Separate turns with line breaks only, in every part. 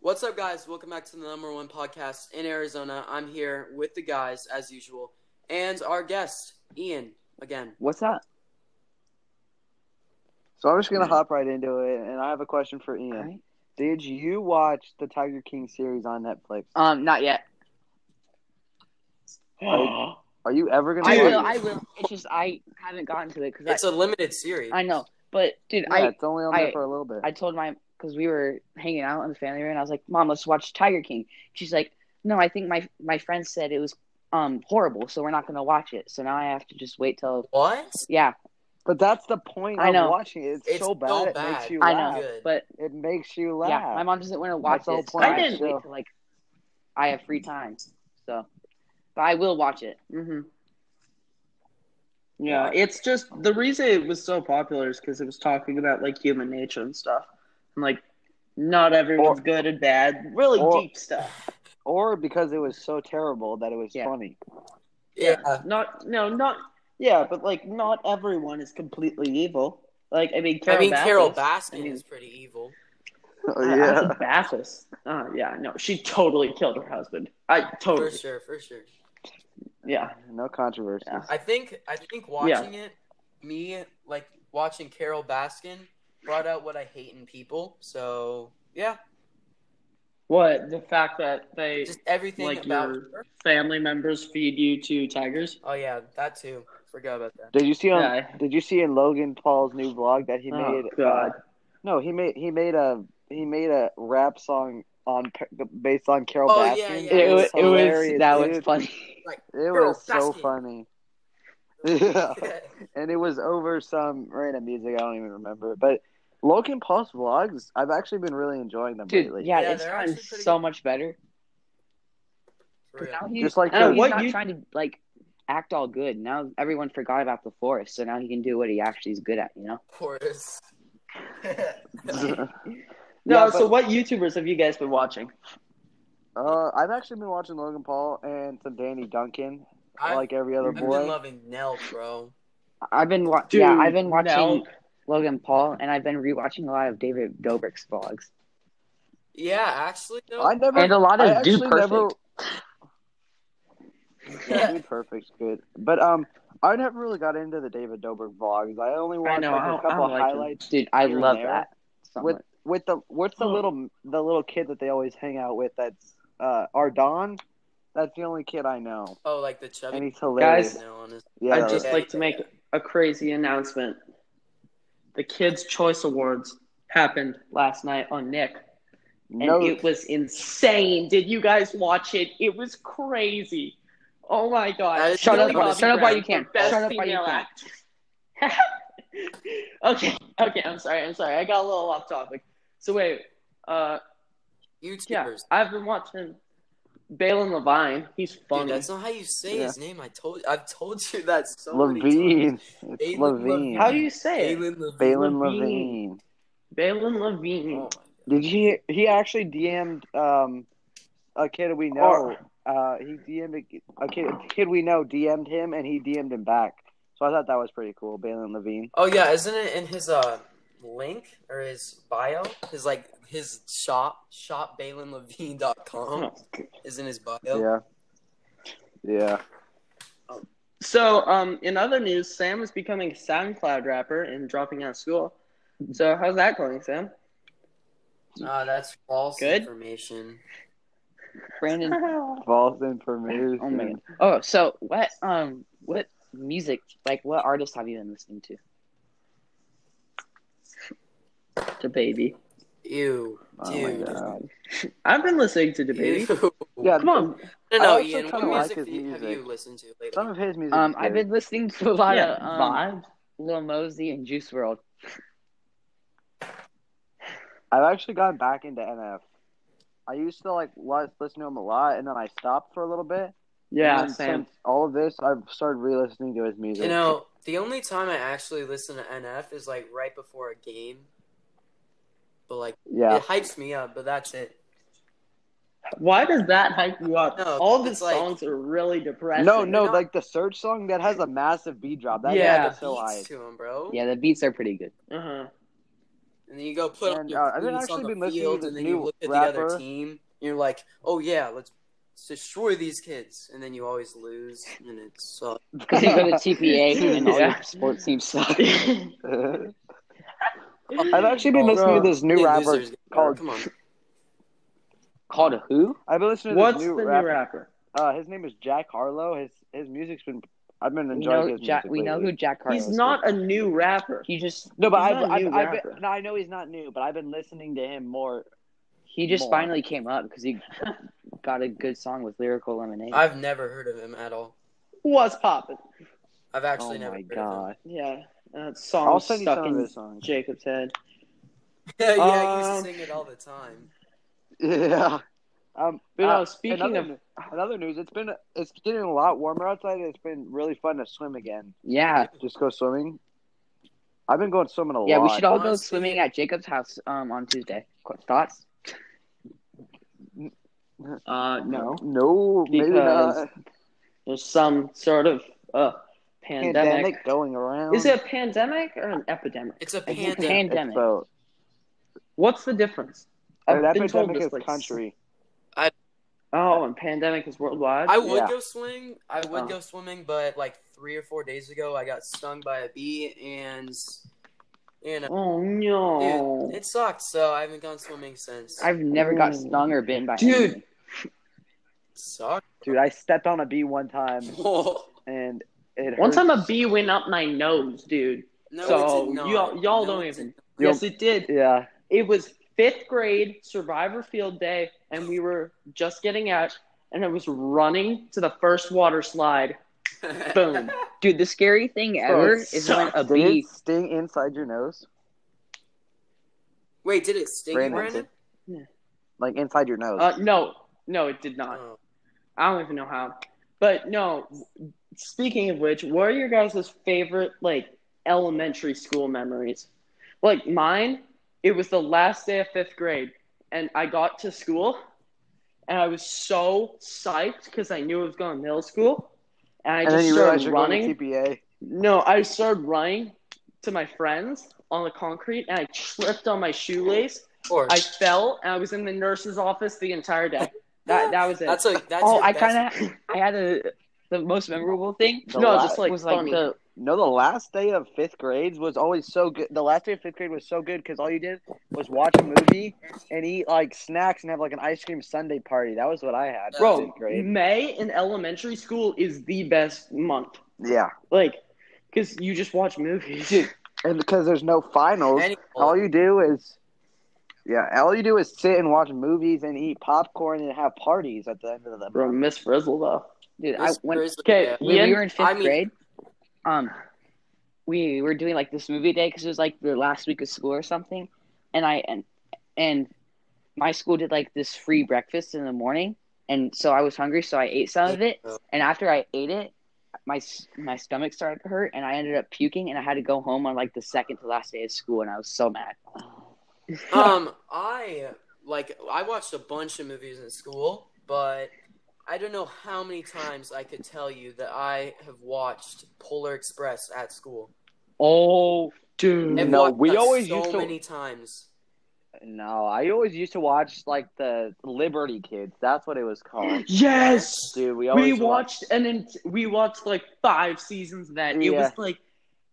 What's up, guys? Welcome back to the number one podcast in Arizona. I'm here with the guys as usual, and our guest Ian again.
What's that? So I'm just gonna hop right into it, and I have a question for Ian.
Alright.
Did you watch the Tiger King series on Netflix?
Um, not yet.
Are you ever gonna?
I
watch
will.
it?
I will. It's just I haven't gotten to it because
It's a limited series.
I, I know. But dude,
Yeah, it's only on there
I-
for a little bit.
I I told my because we were hanging out in the family room. and I was like, Mom, let's watch Tiger King. She's like, No, I think my my friend said it was um horrible, so we're not gonna watch it. So now I have to just wait till
What?
yeah.
but that's the point
I
of
know.
watching it. It's,
It's
so
so
bad, it makes
bad.
you
I
laugh.
know,
Good.
but
It makes you laugh.
yeah, my mom doesn't want to
That's
watch
the whole
it. So
point
I
of
didn't
the show.
wait till like I have free time. So, but I will watch it. hmm
Yeah, it's just the reason it was so popular is because it was talking about like human nature and stuff, and like not everyone's
Or-
good and bad, really
or-
deep stuff.
or because it was so terrible that it was
Yeah.
funny.
Yeah.
Not no, not yeah, but like not everyone is completely evil. Like I mean,
I
Carol
mean, Carol
Bass.
Baskin
I mean-
is pretty evil.
Oh,
I- I think Bathis. Uh, yeah, no, she totally killed her husband. I
For
totally.
sure, for sure.
Yeah,
no controversy.
Yeah.
I think I think watching it, me like watching Carol Baskin brought out what I hate in people. So yeah,
what the fact that they
just everything
like
about.
your
Her.
family members feed you to tigers.
Oh yeah, that too. Forgot about that.
Did you see on?
Yeah.
Did you see in Logan Paul's new vlog that he
Oh,
made? uh,
God.
no, he made he made a he made a rap song on pa- based on Carol
Oh,
Baskin.
yeah, yeah.
It, was, it was
hilarious,
that was
dude.
funny.
It
Carol
was so
Baskin.
funny. Yeah. and it was over some random music. I don't even remember. But Logan Paul's vlogs, I've actually been really enjoying them
Dude,
lately.
yeah,
Yeah,
it's
they're
gotten
actually pretty
so
good.
much better.
For real.
Now he's,
Just like
now
the-
he's
What
not
you-
trying to like act all good. Now everyone forgot about the forest, so now he can do what he actually is good at. You know,
Chorus.
No,
Yeah,
so what YouTubers have you guys been watching?
uh, I've actually been watching Logan Paul and some Danny Duncan,
I've,
like every other
I've been
boy.
loving Nell, bro.
I've been wa-
Dude,
yeah, I've been watching
no.
Logan Paul, and I've been rewatching a lot of David Dobrik's vlogs
Yeah, actually, though.
I never
and a lot
I
of Dude
actually
Perfect.
never
Yeah.
Dude Perfect's good. But um I never really got into the David Dobrik vlogs. I only watched
know,
like,
I
a
don't- I
couple
don't like them.
highlights
Dude, I
Here and
love
there.
that. So
with
much.
with the what's the
Oh.
little the little kid that they always hang out with that's uh Ardon? That's the only kid I know.
oh, like the chubby.
And he's hilarious.
Guys,
no, honestly.
yeah.
I'd just
Yeah.
like to make a crazy announcement. The Kids' Choice Awards happened last night on Nick, and
no,
it was insane. Did you guys watch it? It was crazy. Oh my
That
god!
is- Shut
Millie
up,
Bobby
shut up while
Brown
you can.
for Best
Shut up while you
female
can.
actress. okay, okay. I'm sorry. I'm sorry. I got a little off topic. So wait, uh,
YouTubers.
yeah, I've been watching Balin Levine. He's funny.
Dude, that's not how you say
Yeah.
his name. I told I've told you that so many times.
Levine. It's
Balin
Levine.
Levine.
How do you say it?
Balin Levine.
Balin
Levine.
Levine.
Balin Levine.
Oh my
Did you? He actually DM'd um, a kid we know. uh, he DM'd a, a kid. A kid we know DM'd him, and he DM'd him back. So I thought that was pretty cool. Balin Levine.
Oh yeah, isn't it in his uh link or his bio? His like his shop shop balinlevine.com is in his bio.
Oh, Yeah. Yeah.
So, um, in other news, Sam is becoming a SoundCloud rapper and dropping out of school. So, how's that going, Sam?
Ah, that's false
Good.
information.
Brandon.
False information.
Oh my god. Oh, so what? Um, what music? Like, what artists have you been listening to?
The baby.
Ew,
Oh my
dude.
God.
I've been listening to the
Ew.
baby.
Yeah.
Come on.
No,
I
no,
also
Ian. What
kinda like
music,
his
do you- have
music.
you listened to lately?
Some of his music.
Um, I've been listening to a lot
yeah,
of um,
vibe.
Lil Mosey and Juice World.
I've actually gone back into NF. I used to like li- listen to him a lot, and then I stopped for a little bit.
Yeah,
And then
Sam.
Since all of this, I've started re-listening to his music.
You know, the only time I actually listen to NF is like right before a game. But like
Yeah.
it hypes me up, but that's it.
Why does that hype you up?
No,
All the
it's like-
songs are really depressing.
No, no,
not-
like the search song that has a massive beat drop. That
Yeah.
yeah,
Beats
so high.
to him, bro.
Yeah, the beats are pretty good.
Uh-huh.
and then you go put on
And,
your
uh, I've been
boots
actually
on the
been listening
field,
to
and
this
then you
new
look at the
rapper.
other team, and you're like, oh yeah, let's destroy these kids, and then you always lose, and it sucks.
Because you go to TPA and all
Yeah.
your sports teams suck.
I've actually been listening to this new
Big
rapper
losers,
called.
Come on,
Called who?
I've been listening to
What's
this
the
new
new
rapper.
rapper?
Uh, his name is Jack Harlow. His his music's been. I've been
We
enjoying
know,
his
Jack,
music
we know
lately.
who Jack Harlow
He's
is.
not a new rapper.
He just
No, but
he's
I've,
not a
I've,
new
I've been-
rapper.
no, I know he's not new, but I've been listening to him more.
he just
More.
finally came up because he got a good song with Lyrical Lemonade.
I've never heard of him at all.
What's popping?
I've actually
oh
never
my
heard
god!
Yeah, that song
I'll send you
stuck
some of
in
his songs.
Jacob's head.
of him. yeah, yeah,
Um,
you sing it all the time.
Yeah. Um,
But
uh,
no, speaking
another,
of
another news, it's been it's getting a lot warmer outside. and It's been really fun to swim again.
yeah,
Just go swimming. I've been going swimming a
yeah.
lot.
We should all go
Honestly-
swimming at Jacob's house um on Tuesday. Qu- Thoughts?
uh, no,
No, maybe
Because
not.
there's some sort of uh, pandemic.
Pandemic going around.
Is it a pandemic or an epidemic?
It's a
It's a
pandemic.
It's
pandemic.
both.
What's the difference?
An
I've been told
epidemic
this,
is
like,
country.
Oh, and pandemic is worldwide.
I would
Yeah.
go swimming. I would
Uh.
go swimming, but like three or four days ago, I got stung by a bee, and you know,
oh
dude,
no,
it sucked. So I haven't gone swimming since.
I've never got
Ooh.
stung or bitten by
Dude.
anything.
sucked.
Dude, I stepped on a bee one time
no,
and it hurt.
one time a bee went up my nose, dude.
it
so
did not.
y'all, y'all
No,
don't
it did
even.
not.
Yo-
Yes, it did.
Yeah.
It was fifth grade survivor field day, and we were just getting out, and I was running to the first water slide. Boom.
Dude, the scary thing ever is when
sucks.
a
Did
bee.
it sting inside your nose?
Wait, did it sting, you,
Brandon,
Brandon?
Like inside your nose?
Uh, no, no, it did not.
Oh.
I don't even know how. But no, speaking of which, what are your guys' favorite like elementary school memories? Like mine, it was the last day of fifth grade, and I got to school, and I was so psyched because I knew I was going to middle school, and I
and then
just
you realize
started
you're
running.
going to TPA.
No, I started running to my friends on the concrete, and I tripped on my shoelace.
Of course.
I fell, and I was in the nurse's office the entire day. That that was it.
that's a that's
Oh,
your
I
best-
kind of. I had a the most memorable thing.
The
no,
la-
just like
was like
funny.
the
No, the last day of fifth grade was always so good. The last day of fifth grade was so good because all you did was watch a movie and eat like snacks and have like an ice cream sundae party. That was what I had. in
Bro,
fifth grade.
May in elementary school is the best month.
Yeah,
Like, because you just watch movies.
and because there's no
Oh,
finals,
Anyway,
all you do is yeah, all you do is sit and watch movies and eat popcorn and have parties at the end of the
Bro, Miss Frizzle, though.
dude. I
this
went
Grizzly
okay,
guy-
when
Ian,
we were in fifth
I mean-
grade, um, we were doing like this movie day because it was like the last week of school or something, and I and and my school did like this free breakfast in the morning, and so I was hungry, so I ate some of it, and after I ate it, my s- my stomach started to hurt, and I ended up puking, and I had to go home on like the second to last day of school, and I was so mad.
um, I like I watched a bunch of movies in school, but I don't know how many times I could tell you that I have watched Polar Express at school.
Oh,
I've
dude.
No,
watched
we
that
always
so
used to-
many times.
No, I always used to watch like the Liberty Kids. That's what it was called.
Yes!
Dude, we
we
always
watched and then we watched like five seasons of that. It
Yeah.
was like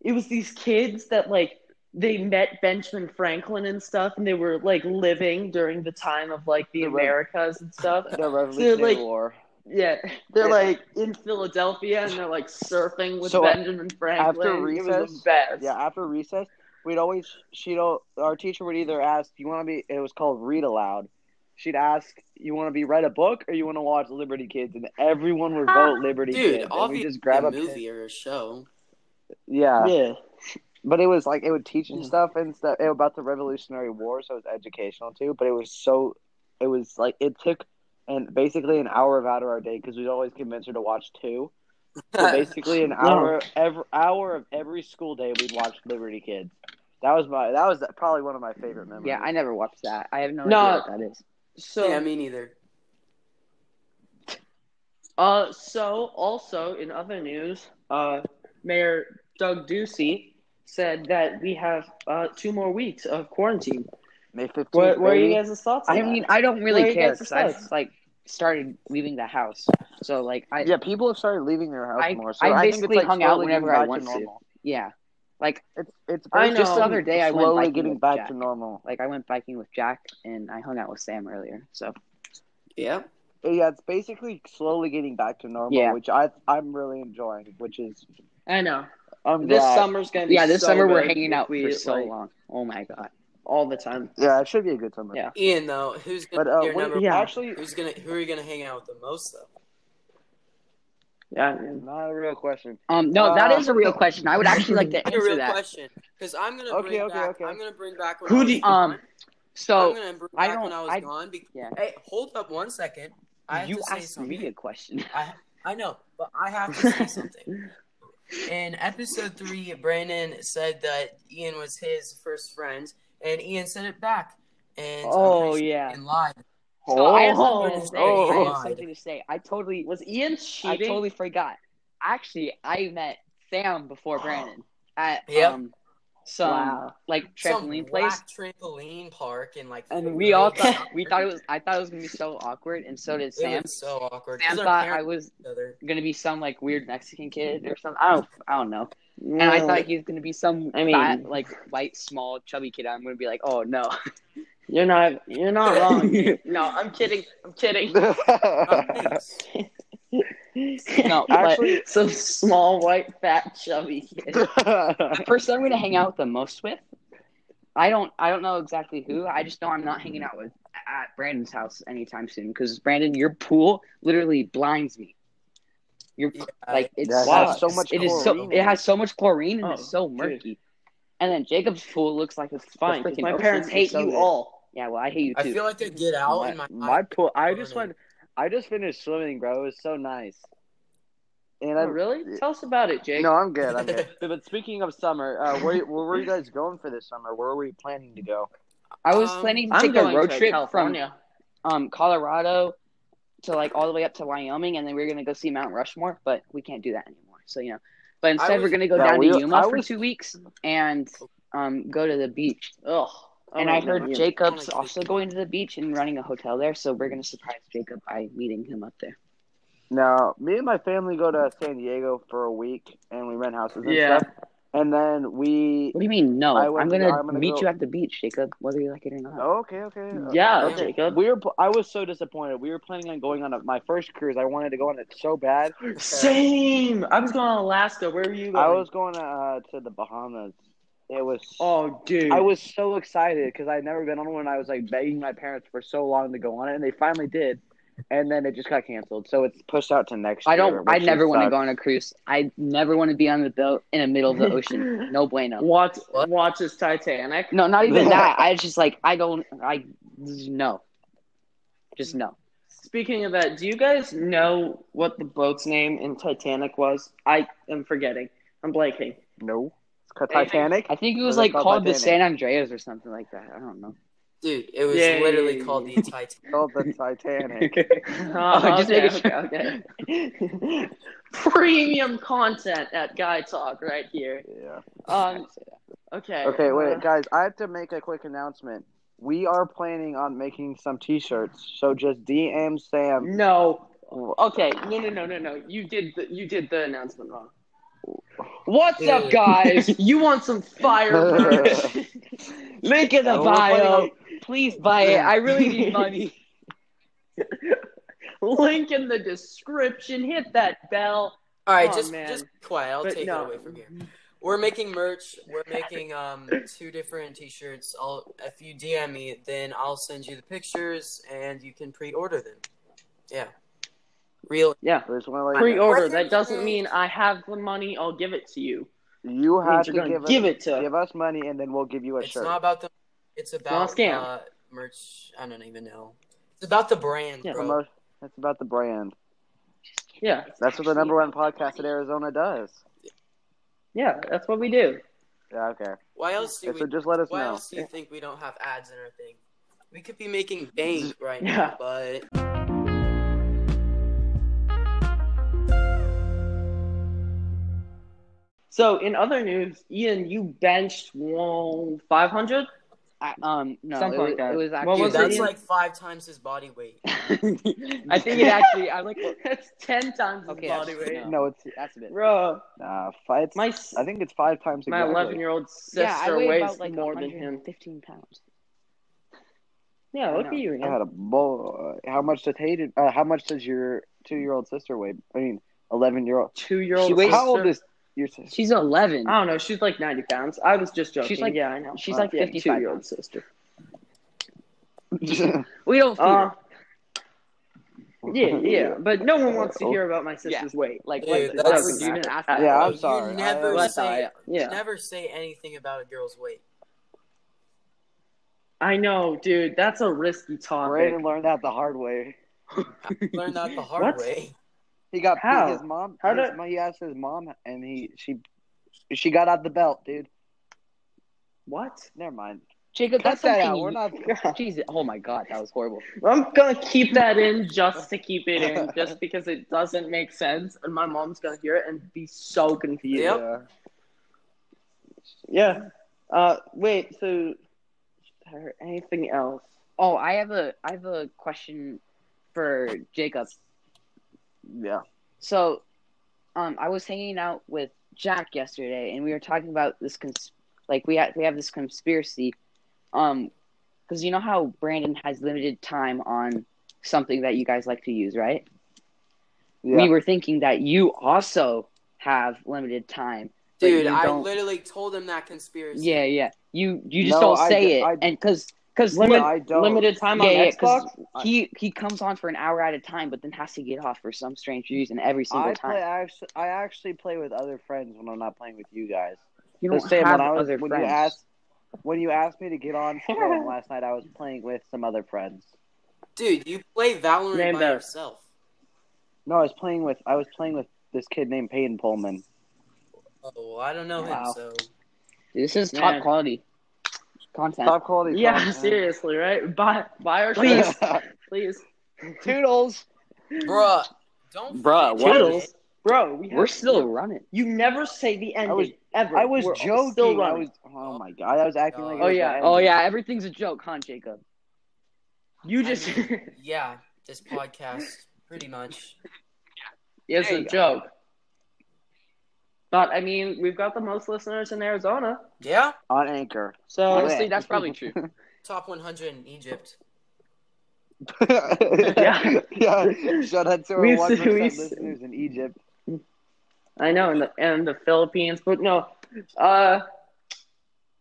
it was these kids that like they met Benjamin Franklin and stuff, and they were like living during the time of like the
The Rev-
Americas and stuff.
the Revolutionary
like,
War.
Yeah, they're like in Philadelphia and they're like surfing with
So, uh,
Benjamin Franklin.
after
it
recess,
was the best.
Yeah, after recess, we'd always she'd al- our teacher would either ask, "You want to be?" It was called read aloud. She'd ask, "You want to be read a book or you want to watch Liberty Kids?" And everyone would vote Liberty
Dude,
Kids. And we
obviously
just grab
a
a pen-
movie or a show.
Yeah,
yeah.
but it was like it would teach you
Yeah.
stuff and stuff it, about the Revolutionary War, so it was educational too. But it was so, it was like it took and basically an hour of out of our day because we'd always convince her to watch two. So basically, an hour every hour of every school day, we'd watch Liberty Kids. That was my that was probably one of my favorite memories.
Yeah, I never watched that. I have no,
No.
idea what that is.
So
yeah, me neither.
Uh, so also in other news, uh, Mayor Doug Ducey said that we have uh, two more weeks of quarantine.
May fifteenth.
What, what are
baby.
you guys' thoughts? On
I
that?
mean, I don't really
Well, you
care
guys
because
are
I've
stuck.
like started leaving the house. So like I
yeah, people have started leavening their house
I,
more. So
I
think
basically
it's, like,
hung out
slowly
whenever
getting
I
back
want to.
normal.
Yeah, like
It's it's
I
basically
know. The
other day I went
slowly
biking
getting
with
back
Jack.
to normal.
like I went biking with Jack and I hung out with Sam earlier. So
Yeah.
Yeah, it's basically slowly getting back to normal,
Yeah.
which I I'm really enjoying. Which is
I know.
I'm
This
glad.
summer's gonna be
yeah, this
so
summer we're
good
hanging
if
out
we,
for so
like,
long. Oh my god.
all the time.
Yeah, it should be a good summer.
Yeah.
Ian, though, who's gonna
But uh,
be your
what-
number?
yeah.
actually,
Who's gonna? Who are you gonna hang out with the most though?
Yeah, I mean,
not a real question.
Um, no,
Uh,
that is a real question. I would actually like to
That's a
answer
real
that.
question. Because I'm gonna
Okay,
bring
okay,
back.
okay.
I'm gonna bring back. When
Who
I was
do you-
gone.
Um,
I'm
So
gonna bring
I
back when
don't-
I was
I-
gone. Be-
yeah.
Hey, hold up one second. I have
you
to say
asked me
something.
a question.
I I know, but I have to say something. In episode three, Brandon said that Ian was his first friend, and Ian said it back. And I'm
Oh,
pretty sure
yeah.
Ian lied.
So I have something
Oh,
to say. I
oh.
have something to say. I totally
was Ian
I
cheating?
totally forgot. Actually, I met Sam before Brandon at
Yep.
um some
Wow.
like
Some
trampoline place,
whack trampoline park in like.
and
fifth
we all
grade.
thought we thought it was. I thought it was gonna be so awkward, and so did
It
Sam.
was so awkward.
Sam
'Cause our
thought I
parents
was
knew each other.
gonna be some like weird Mexican kid or something. I don't, I don't know. And I thought he was gonna be some
I mean-
fat, like white, small, chubby kid. I'm gonna be like, oh no.
You're not. You're not wrong. no, I'm kidding. I'm kidding.
Oh,
no,
Actually-
but
Some small, white, fat, chubby kid.
the person I'm gonna hang out the most with, I don't I don't know exactly who. I just know I'm not hanging out with at Brandon's house anytime soon because Brandon, your pool literally blinds me. Your
Yeah,
like it's
That
has
so much
it is so
chlorine in
it has so much chlorine and
Oh,
it's so
dude.
murky. And then Jacob's pool looks like it's
Fine. 'cause
freaking
My
ocean.
parents hate
so
you
good.
all.
Yeah, well I hate you
I
too.
feel like I get out
my,
in my
my pool. I just
Running.
went. I just finished swimming, bro. It was so nice. And
Oh,
I
really? Tell us about it, Jake.
no, I'm good. I'm good. So, but speaking of summer, uh, where where were you guys going for this summer? Where were you planning to go?
I was
Um,
planning to
I'm
take a
going
road
to
trip
California.
from um Colorado to like all the way up to Wyoming and then we are gonna go see Mount Rushmore, but we can't do that anymore. So you know. But instead we're
was-
gonna go
Yeah,
down
we-
to Yuma
I
for
was-
two weeks and um go to the beach.
Ugh. Oh
and
my
I heard
God.
Jacob's
Oh my
also going to the beach and running a hotel there, so we're gonna surprise Jacob by meeting him up there.
Now, me and my family go to San Diego for a week, and we rent houses and
Yeah.
stuff. And then we.
What do you mean? No,
I
I'm
would-
gonna, Oh,
I'm gonna
meet
go-
you at the beach, Jacob, whether you like it or not.
Oh, Okay, okay.
Yeah,
Okay.
Jacob.
We were. pl- I was so disappointed. We were planning on going on a, my first cruise. I wanted to go on it so bad.
Same. I was going to Alaska. Where were you going?
I was going uh, to the Bahamas. It was.
Oh, dude.
I was so excited because I'd never been on one. I was like begging my parents for so long to go on it, and they finally did. And then it just got canceled, so it's pushed out to next
I
year.
don't. I
which
never want to
sucks.
go on a cruise. I never want to be on the boat in the middle of the ocean. No bueno.
Watch
What?
watch this Titanic.
No, not even that. I just like I don't. I no. Just no.
Speaking of that, do you guys know what the boat's name in Titanic was? I am forgetting. I'm blanking.
No, it's called
Anything-
Titanic.
I think it was
Or they
like
call it
called the
Titanic.
San Andreas or something like that. I don't know.
Dude, it was
Yeah,
literally
yeah, yeah,
called
yeah.
the Titanic.
It's called the Titanic.
Oh,
just
okay,
making sure.
okay, okay. Premium content at Guy Talk right here.
yeah.
Um, okay.
Okay,
uh,
wait, guys. I have to make a quick announcement. We are planning on making some T-shirts, so just DM Sam.
Uh, no. Okay. No. No. No. No. No. You did. The, you did the announcement wrong. What's up,
Dude.
guys? you want some fire merch?
Link in
the bio.
Please buy it. I really need money.
Link in the description. Hit that bell.
All right,
Oh,
just
man.
just be quiet. I'll
But
take
no.
it away from here. We're making merch. We're making um two different T-shirts. I'll if you DM me, then I'll send you the pictures and you can pre-order them. Yeah, real.
Yeah.
I just wanna let you know.
Pre-order. That doesn't mean I have the money. I'll give it to you.
You
It
have
means
to
you're gonna
give us,
give it to.
give us money, and then we'll give you a
It's
shirt.
not about the. It's about
scam.
Uh, merch. I don't even know. It's about the brand,
Yeah.
bro.
Promote- That's about the brand.
yeah.
That's what the number one podcast in Arizona does.
Yeah. That's what we do.
Yeah, okay.
Why else do
Yeah,
we?
so just let us
Why
know.
else do you think we don't have ads in our thing? We could be making bank right now,
Yeah.
but
So in other news, Ian, you benched one five hundred.
I, um, no,
Something
it was,
like that.
it was
What
actually.
Dude,
was
that's
it?
like five times his body weight.
I think it actually. I like that's ten times
Okay,
his body
that's-
weight,
no.
No, it's
That's a bit.
bro.
uh, five.
My s-
I think it's five times.
my
exactly.
eleven year old sister
yeah, I weigh
weighs
about like
more than him.
15 pounds.
Yeah,
I
look
know.
at you, Ian.
God, a boy. How much does Hayden? Uh, how much does your two-year-old sister weigh? I mean, eleven-year-old.
Two year old.
She weighs-
How old is your sister?
She's 11.
I don't know. She's like ninety pounds. I was just joking.
She's like-
yeah, I know.
she's
Uh,
like
yeah,
55
two-year-old
pounds.
sister.
We don't feed
Uh,
her.
yeah, yeah, but no one wants
Oh.
to hear about my sister's weight. Like,
Yeah,
what the-
that's-
what do you mean?
ask
Yeah,
Bro,
I'm sorry.
You
I
never
always-
say you
Yeah,
never say anything about a girl's weight.
I know, dude. That's a risky topic.
Brandon learned that the hard way.
Learn that the hard
What?
way.
He got
How?
his mom.
How
his
did-
mo- he asked his mom, and he she she got out the belt, dude.
What?
Never mind.
Jacob,
Cut
that's
that
something
out.
you-
We're not.
Jesus. Oh my God, that was horrible.
I'm gonna keep that in just to keep it in, just because it doesn't make sense, and my mom's gonna hear it and be so confused.
Yep.
Yeah. Uh, wait. So, or anything else?
Oh, I have a I have a question for Jacob.
Yeah.
So, um, I was hanging out with Jack yesterday, and we were talking about this cons- like we ha- we have this conspiracy, um, because you know how Brandon has limited time on something that you guys like to use, right?
Yeah.
We were thinking that you also have limited time. but
Dude,
you
I
don't-
literally told him that conspiracy.
Yeah, yeah. You you just
No,
don't
I
say
d-
it,
I-
and because because
Limit-
I don't.
Limited time on
yeah, yeah,
Xbox.
'cause he he comes on for an hour at a time, but then has to get off for some strange reason every single
I
time.
play. I actually, I actually play with other friends when I'm not playing with you guys.
you
The
don't
same
have
when I was-
other
when you
friends.
asked- When you asked me to get on stream last night, I was playing with some other friends.
Dude, you play Valorant
Name
by
that.
yourself.
No, I was playing with. I was playing with this kid named Peyton Pullman.
Oh, I don't know
Wow.
him, so
this is
Man.
top quality content.
Top quality.
Yeah,
content.
seriously, right? Buy, buy our
um, Please.
please.
Toodles,
Bruh, don't
Bruh,
forget
what?
it.
bro. We have,
we're still running.
You never say the ending
was-
ever.
I was
We're
joking.
Still
I
running.
was. Oh my god! I was acting like. it
Oh,
was
yeah.
the
Oh
end.
yeah, everything's a joke, huh, Jacob?
You just
Yeah, this podcast pretty much.
it's
There
a
you go.
joke. But I mean, we've got the most listeners in Arizona,
Yeah,
On anchor.
so
Honestly, that's probably true.
top 100 in Egypt.
yeah. yeah. Shout out to our
We've-
one percent
we've-
listeners in Egypt.
I know, and the and the Philippines, but no. Uh,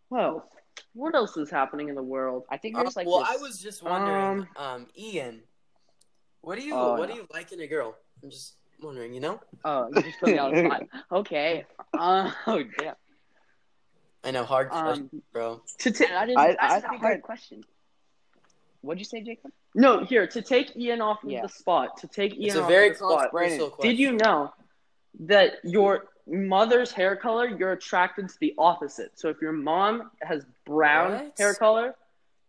well, what else is happening in the world?
I think
Uh,
there's like
well,
this-
I was just wondering, um, Ian, what do you
Oh,
what
no.
do you like in a girl? I'm just wondering, you know?
Oh, you just put me on the spot. Okay. Uh, oh damn.
I know hard question,
Um,
bro.
To ta-
that is,
I-
that's
I
a
think
hard
I-
question. What'd you say, Jacob?
no, here to take Ian off of
Yeah.
the spot. To take Ian
It's a
off
very
of the spot.
controversial question.
Did you know that your mother's hair color, you're attracted to the opposite? So if your mom has brown
What?
hair color,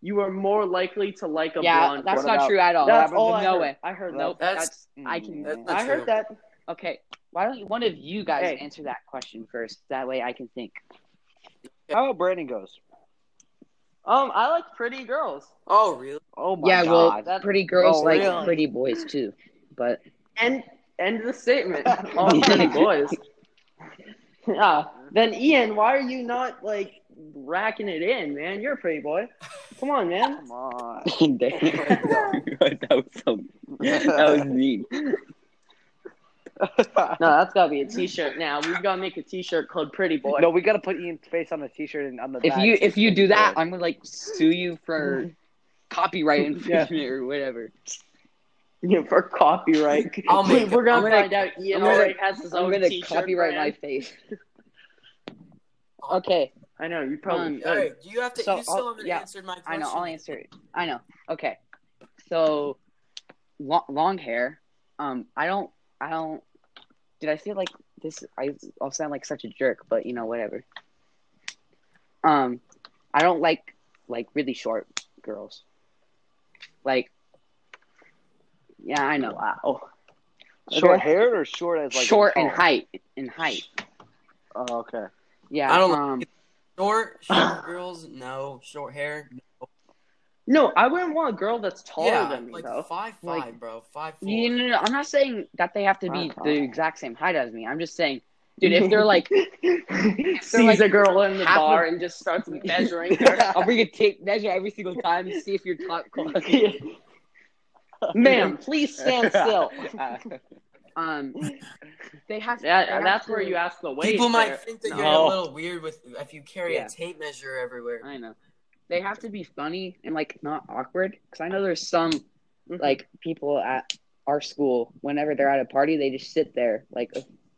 you are more likely to like a
yeah,
blonde.
that's
What
not
about-
true at all.
That's all
no
I heard.
way.
I heard
Nope.
nope.
That's,
That's I can-
that's not
I
true.
heard that.
Okay, why don't one of you guys
Hey.
answer that question first? That way I can think.
How about Brandon goes?
Um, I like pretty girls.
Oh, really?
Oh my
yeah,
god.
well, pretty girls
oh,
like
really?
pretty boys too, but
End end of the statement. All pretty boys. Yeah. Then Ian, why are you not like racking it in, man? You're a pretty boy. Come on, man.
Come on.
Damn. that was so that was mean.
No, that's gotta be a T-shirt now. We've gotta make a T-shirt called "Pretty Boy."
No, we gotta put Ian's face on the t-shirt and on the.
If
back.
you if you do that, I'm gonna like sue you for copyright infringement or whatever.
Yeah, for copyright.
I'll make
We're gonna,
I'm gonna-
find out Ian
I'm gonna-
already has his
I'm
own
gonna
Oh, T-shirt.
copyright my
brand.
face. okay,
I know you probably.
Um,
could.
All right, you have to.
So,
you still
I'll-
haven't
yeah,
answered my question.
I know. I'll answer it. I know. Okay, so long, long hair. Um, I don't. I don't. Did I feel like this? I I'll sound like such a jerk, but you know whatever. Um, I don't like like really short girls. Like, yeah, I know.
Oh.
Wow.
short haired or short as like
short in
tall?
height in height
Oh, okay.
Yeah.
I don't like
um,
it. Short, short girls, no. Short hair,
No, I wouldn't want a girl that's taller
yeah,
than me
like
though.
five five,
Like-
bro, five four.
you know, I'm not saying that they have to be
Okay.
the exact same height as me. I'm just saying, dude, if they're like,
sees
like,
a girl in the
half
bar
of-
and just starts measuring her,
I'll bring a tape measure every single time and see if you're top class.
ma'am,
please stand still.
Uh,
Um, they have. To,
that,
they have
that's
to-
where you ask the weight.
People might
there.
think that you're
No.
a little weird with if you carry
Yeah.
a tape measure everywhere.
I know. They have to be funny and like not awkward because I know there's some like people at our school whenever they're at a party they just sit there like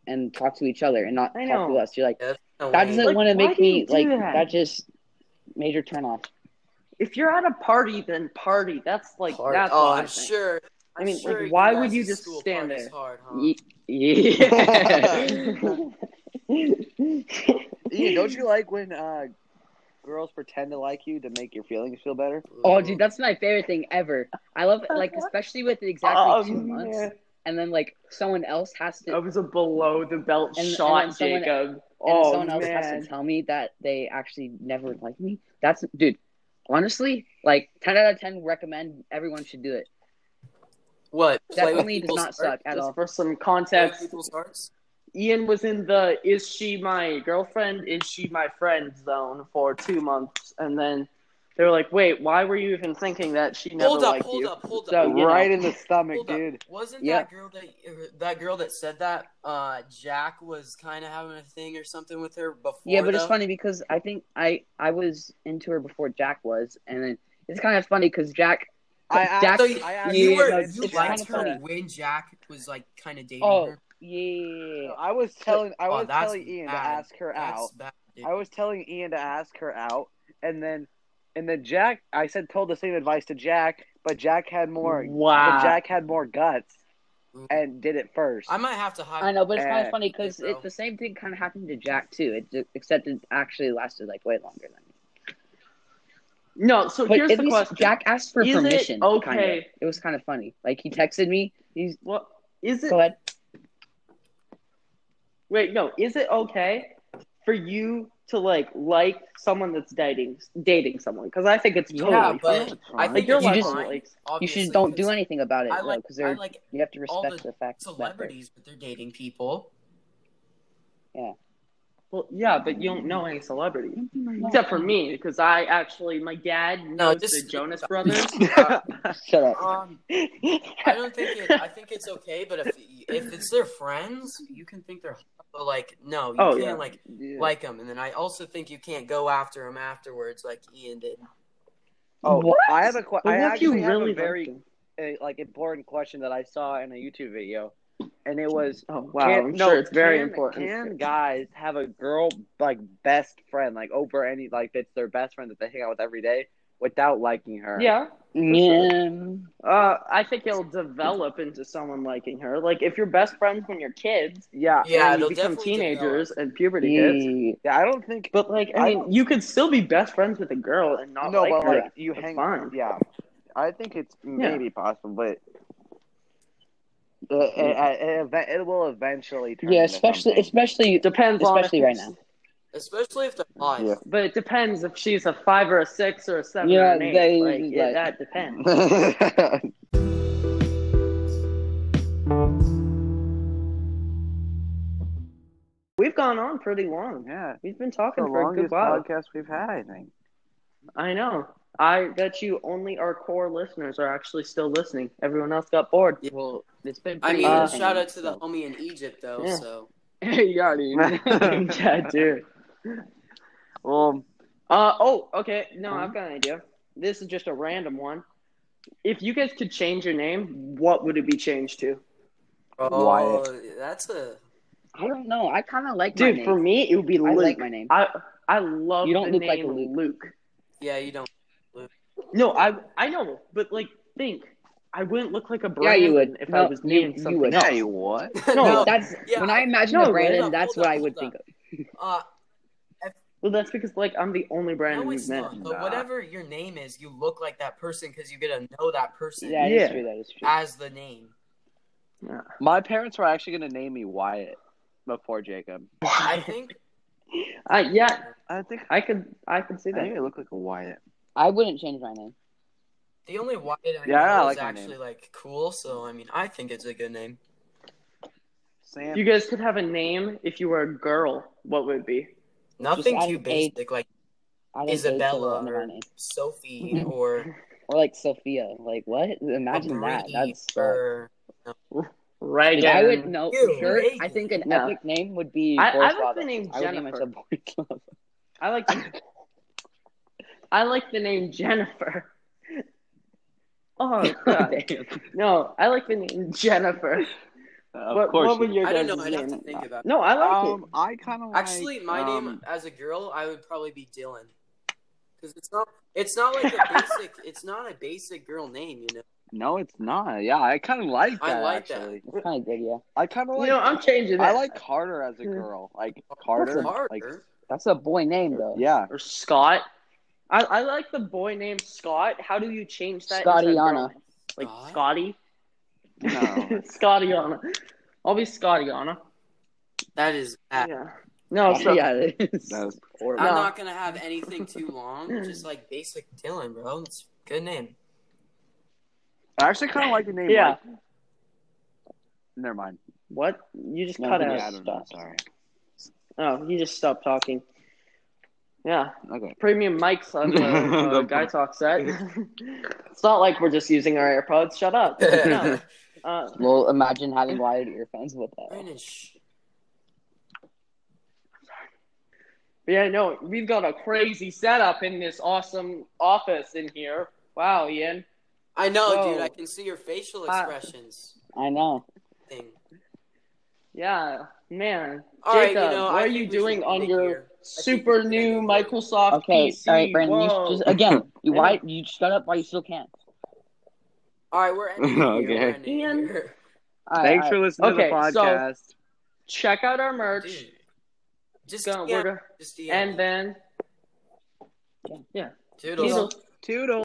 and talk to each other and not
I
talk to
know.
us. You're like
Yeah, that's kinda
that
lame.
doesn't
Like,
want to
why
make
do
me
you do
like
that?
that? just major turn off.
if you're at a party, then party. That's like
Hard.
that's.
oh,
what I
I'm
think.
sure.
I mean,
I'm sure
like, why
guys
would you
at
just
school
stand
party's
there?
Hard, huh?
Yeah.
Ian, don't you like when uh, girls pretend to like you to make your feelings feel better?
oh, dude, that's my favorite thing ever. I love like especially with exactly
Oh,
two months,
man.
and then like someone else has to
That was a below the belt
And- and
shot,
then someone-
Jacob.
and
oh
someone else
man.
has to tell me that they actually never liked me. That's dude. Honestly, like ten out of ten, recommend everyone should do it.
What? play with
Definitely does
people's
not suck
hearts?
at
Just
all.
for some
Play with
context,
people's hearts?
Ian was in the "Is she my girlfriend? Is she my friend?" zone for two months, and then they were like, "Wait, why were you even thinking that she never
Hold up!
liked
Hold
you?"
up! Hold
So,
up!
Oh,
you know,
right in the stomach,
Hold up.
dude.
Wasn't
Yeah.
that girl that er, that girl that said that uh, Jack was kind of having a thing or something with her before?
Yeah, but it's
though?
funny because I think I I was into her before Jack was, and then it's kind of funny because Jack.
I
Jack-
So
actually,
you,
I
asked-
actually,
you
yeah,
were
no,
it's-
you
it's
liked
kinda
her
funny.
when Jack was like kind of dating
Oh
her.
yeah.
I was telling, I
Oh,
was
that's
telling Ian to
bad.
ask her
That's
out.
bad. dude.
I was telling Ian to ask her out, and then, and then Jack, I said, told the same advice to Jack, but Jack had more, but
Ah.
wow.
Jack had more guts
Ooh.
Mm.
and did it first.
I might have to hide.
I know, but it's
Eh,
kind of funny because
bro.
it, the same thing kind of happened to Jack too. It ju- except it actually lasted like way longer than me.
no, so
But
here's
at
the
least
question.
Jack asked for
Is it
permission. Kind of.
okay-
It was kind of funny. Like he texted me. He's
what is it?
go ahead.
Wait, no, is it okay for you to like like someone that's dating dating someone? Because I think it's
Yeah,
totally
Yeah,
fine.
but I
Like
think
you're
it's
you
like,
just-
fine,
like
You
obviously,
just don't do
'cause
anything about it
I like
because
I
they're
like
you have to
all
respect
the
the, fact that they're-
celebrities, but they're dating people.
well, yeah, but you don't know any celebrities except for me because I actually my dad knows
just-
the Jonas Brothers.
Shut up.
Um, I don't think it. I think it's okay, but if if it's their friends, you can think they're hot, but like no, you
Oh,
can't
yeah.
like
Yeah.
like them. And then I also think you can't go after them afterwards, like Ian did.
oh,
What?
I have a que-
But
I
what if you
actually have
really
a very
liked
uh, like important question that I saw in a YouTube video, and it was
Oh wow,
Can-
I'm
no,
sure it's very
can-
important.
Can guys have a girl like best friend, like over any like that's their best friend that they hang out with every day without liking her?
yeah,
Yeah.
uh, I think it'll develop into someone liking her. Like if you're best friends when you're kids,
yeah,
Yeah,
and you
they'll
become
definitely
teenagers and puberty hits.
Yeah.
yeah. I don't think
But like, I
I
mean, you could still be best friends with a girl and not
no,
like
but
her.
like you
That's
hang.
fine.
Yeah, I think it's maybe possible, but. Uh, uh, it, it, it will eventually turn.
Yeah,
into
especially
something.
especially
depends on
especially
if
right
it's-
now.
Especially if they're hot.
Yeah.
But it depends if she's a five or a six or a seven or
Yeah,
an eight.
they-
like, it-
like-
that depends. We've gone on pretty long.
yeah,
We've been talking
the
for a
longest
good while.
podcast we've had, I think.
I know. I bet you only our core listeners are actually still listening. Everyone else got bored.
Yeah.
Well, it's been
I mean,
Uh,
shout out to the homie in Egypt though.
Yeah.
So
yeah,
yeah, dude.
Well,
Uh, oh, okay. No,
Uh-huh.
I've got an idea. This is just a random one. If you guys could change your name, what would it be changed to?
oh, that's a
I don't know. I kind of like my
Dude,
name.
for me, it would be
I
Luke.
like my name.
I I love
You don't
the
look like
name
a Luke.
Luke.
yeah. You don't.
No, I I know, but like think, I wouldn't look like a
Yeah,
Brandon
you would.
if
No,
I was
you-
named
you
something
would.
else.
hey, what?
no,
No,
that's
yeah,
when I imagine
no,
a Brandon,
hold up,
that's
hold
what
up,
I would
hold
think of.
Uh,
Well, that's because like I'm the only Brandon
no,
we
it's
have met.
not. But
Nah.
whatever your name is, you look like that person because you get to know that person
That is
Yeah.
true. That is true.
as the name.
My parents were actually going to name me Wyatt before Jacob.
I think
Uh, yeah,
I think
I could I could see
I think
that.
I look like a Wyatt.
I wouldn't change my name.
The only Wyatt I
Yeah, I
know
like
is
that name.
actually like cool, so I mean, I think it's a good name.
Sam.
You guys could have a name if you were a girl. What would it be?
Nothing
add
too
an
basic like
I don't
Isabella
change my
or
name.
Sophie or
or like Sophia. Like what? Imagine that.
Bree
That's
or
Reagan.
Like, I would know for
Ew,
sure.
Reagan.
I think an
No.
epic name would be.
I- I
Boris
like the
Roberts.
name
I would name
Jennifer.
myself Boris Roberts.
I like I like the name Jennifer. Oh god. no, I like the name Jennifer.
of
what,
course.
what would your
I
guys'
don't know, I'd
name?
have to think about it.
No, I like
um, I kind of like,
Actually, my name
um,
as a girl, I would probably be Dylan, because it's not it's not like a basic it's not a basic girl name, you know.
No, it's not. Yeah, I kind of like that.
I like that.
actually.
It's kind of good, yeah.
I kind of
it.
like.
You know, I'm changing
I
that.
like Carter as a girl. Like Carter. Like,
That's a boy name though.
yeah.
or Scott. I, I like the boy name Scott. How do you change that? into a girl
Scottiana.
name? Like
Scott?
Scotty?
No.
Scottiana. I'll be Scottiana.
That is bad.
Yeah. No, Oh, so
yeah, it is.
That was-
I'm
No.
not gonna have anything too long. Just like basic Dylan, bro. It's a good name.
I actually kind of like the name.
Yeah.
Mike. Never mind.
What? You just
No,
cut
yeah,
out.
I don't know. Sorry.
Oh, you just stopped talking. Yeah.
Okay.
Premium mics on the, uh,
The
Guy
mic.
Talk set. it's not like we're just using our AirPods. Shut up. No. Uh,
Well, imagine having wired earphones with that.
Brandon, shh.
yeah, no, we've got a crazy setup in this awesome office in here. Wow, Ian.
I know,
Whoa.
dude. I can see your facial
Uh,
expressions.
I know.
thing.
Yeah, man.
All right, you
Jacob,
know, I
what are
think
you
we should
doing
end
on
it
your
here.
super
think we
new
should end it here.
Microsoft
Okay,
PC?
all right, Brandon. You
Whoa.
should just uh, again. You
Yeah.
why you shut up while you still can.
All right, we're ending. okay.
Okay.
Here. We're ending
Ian?
here.
All right,
Thanks
all
for
right.
listening
Okay,
to the
so-
podcast.
Check out our merch.
Dude, just
Go-
DM,
we're go-
just DM.
and then
Toodles.
Toodles.
Toodle.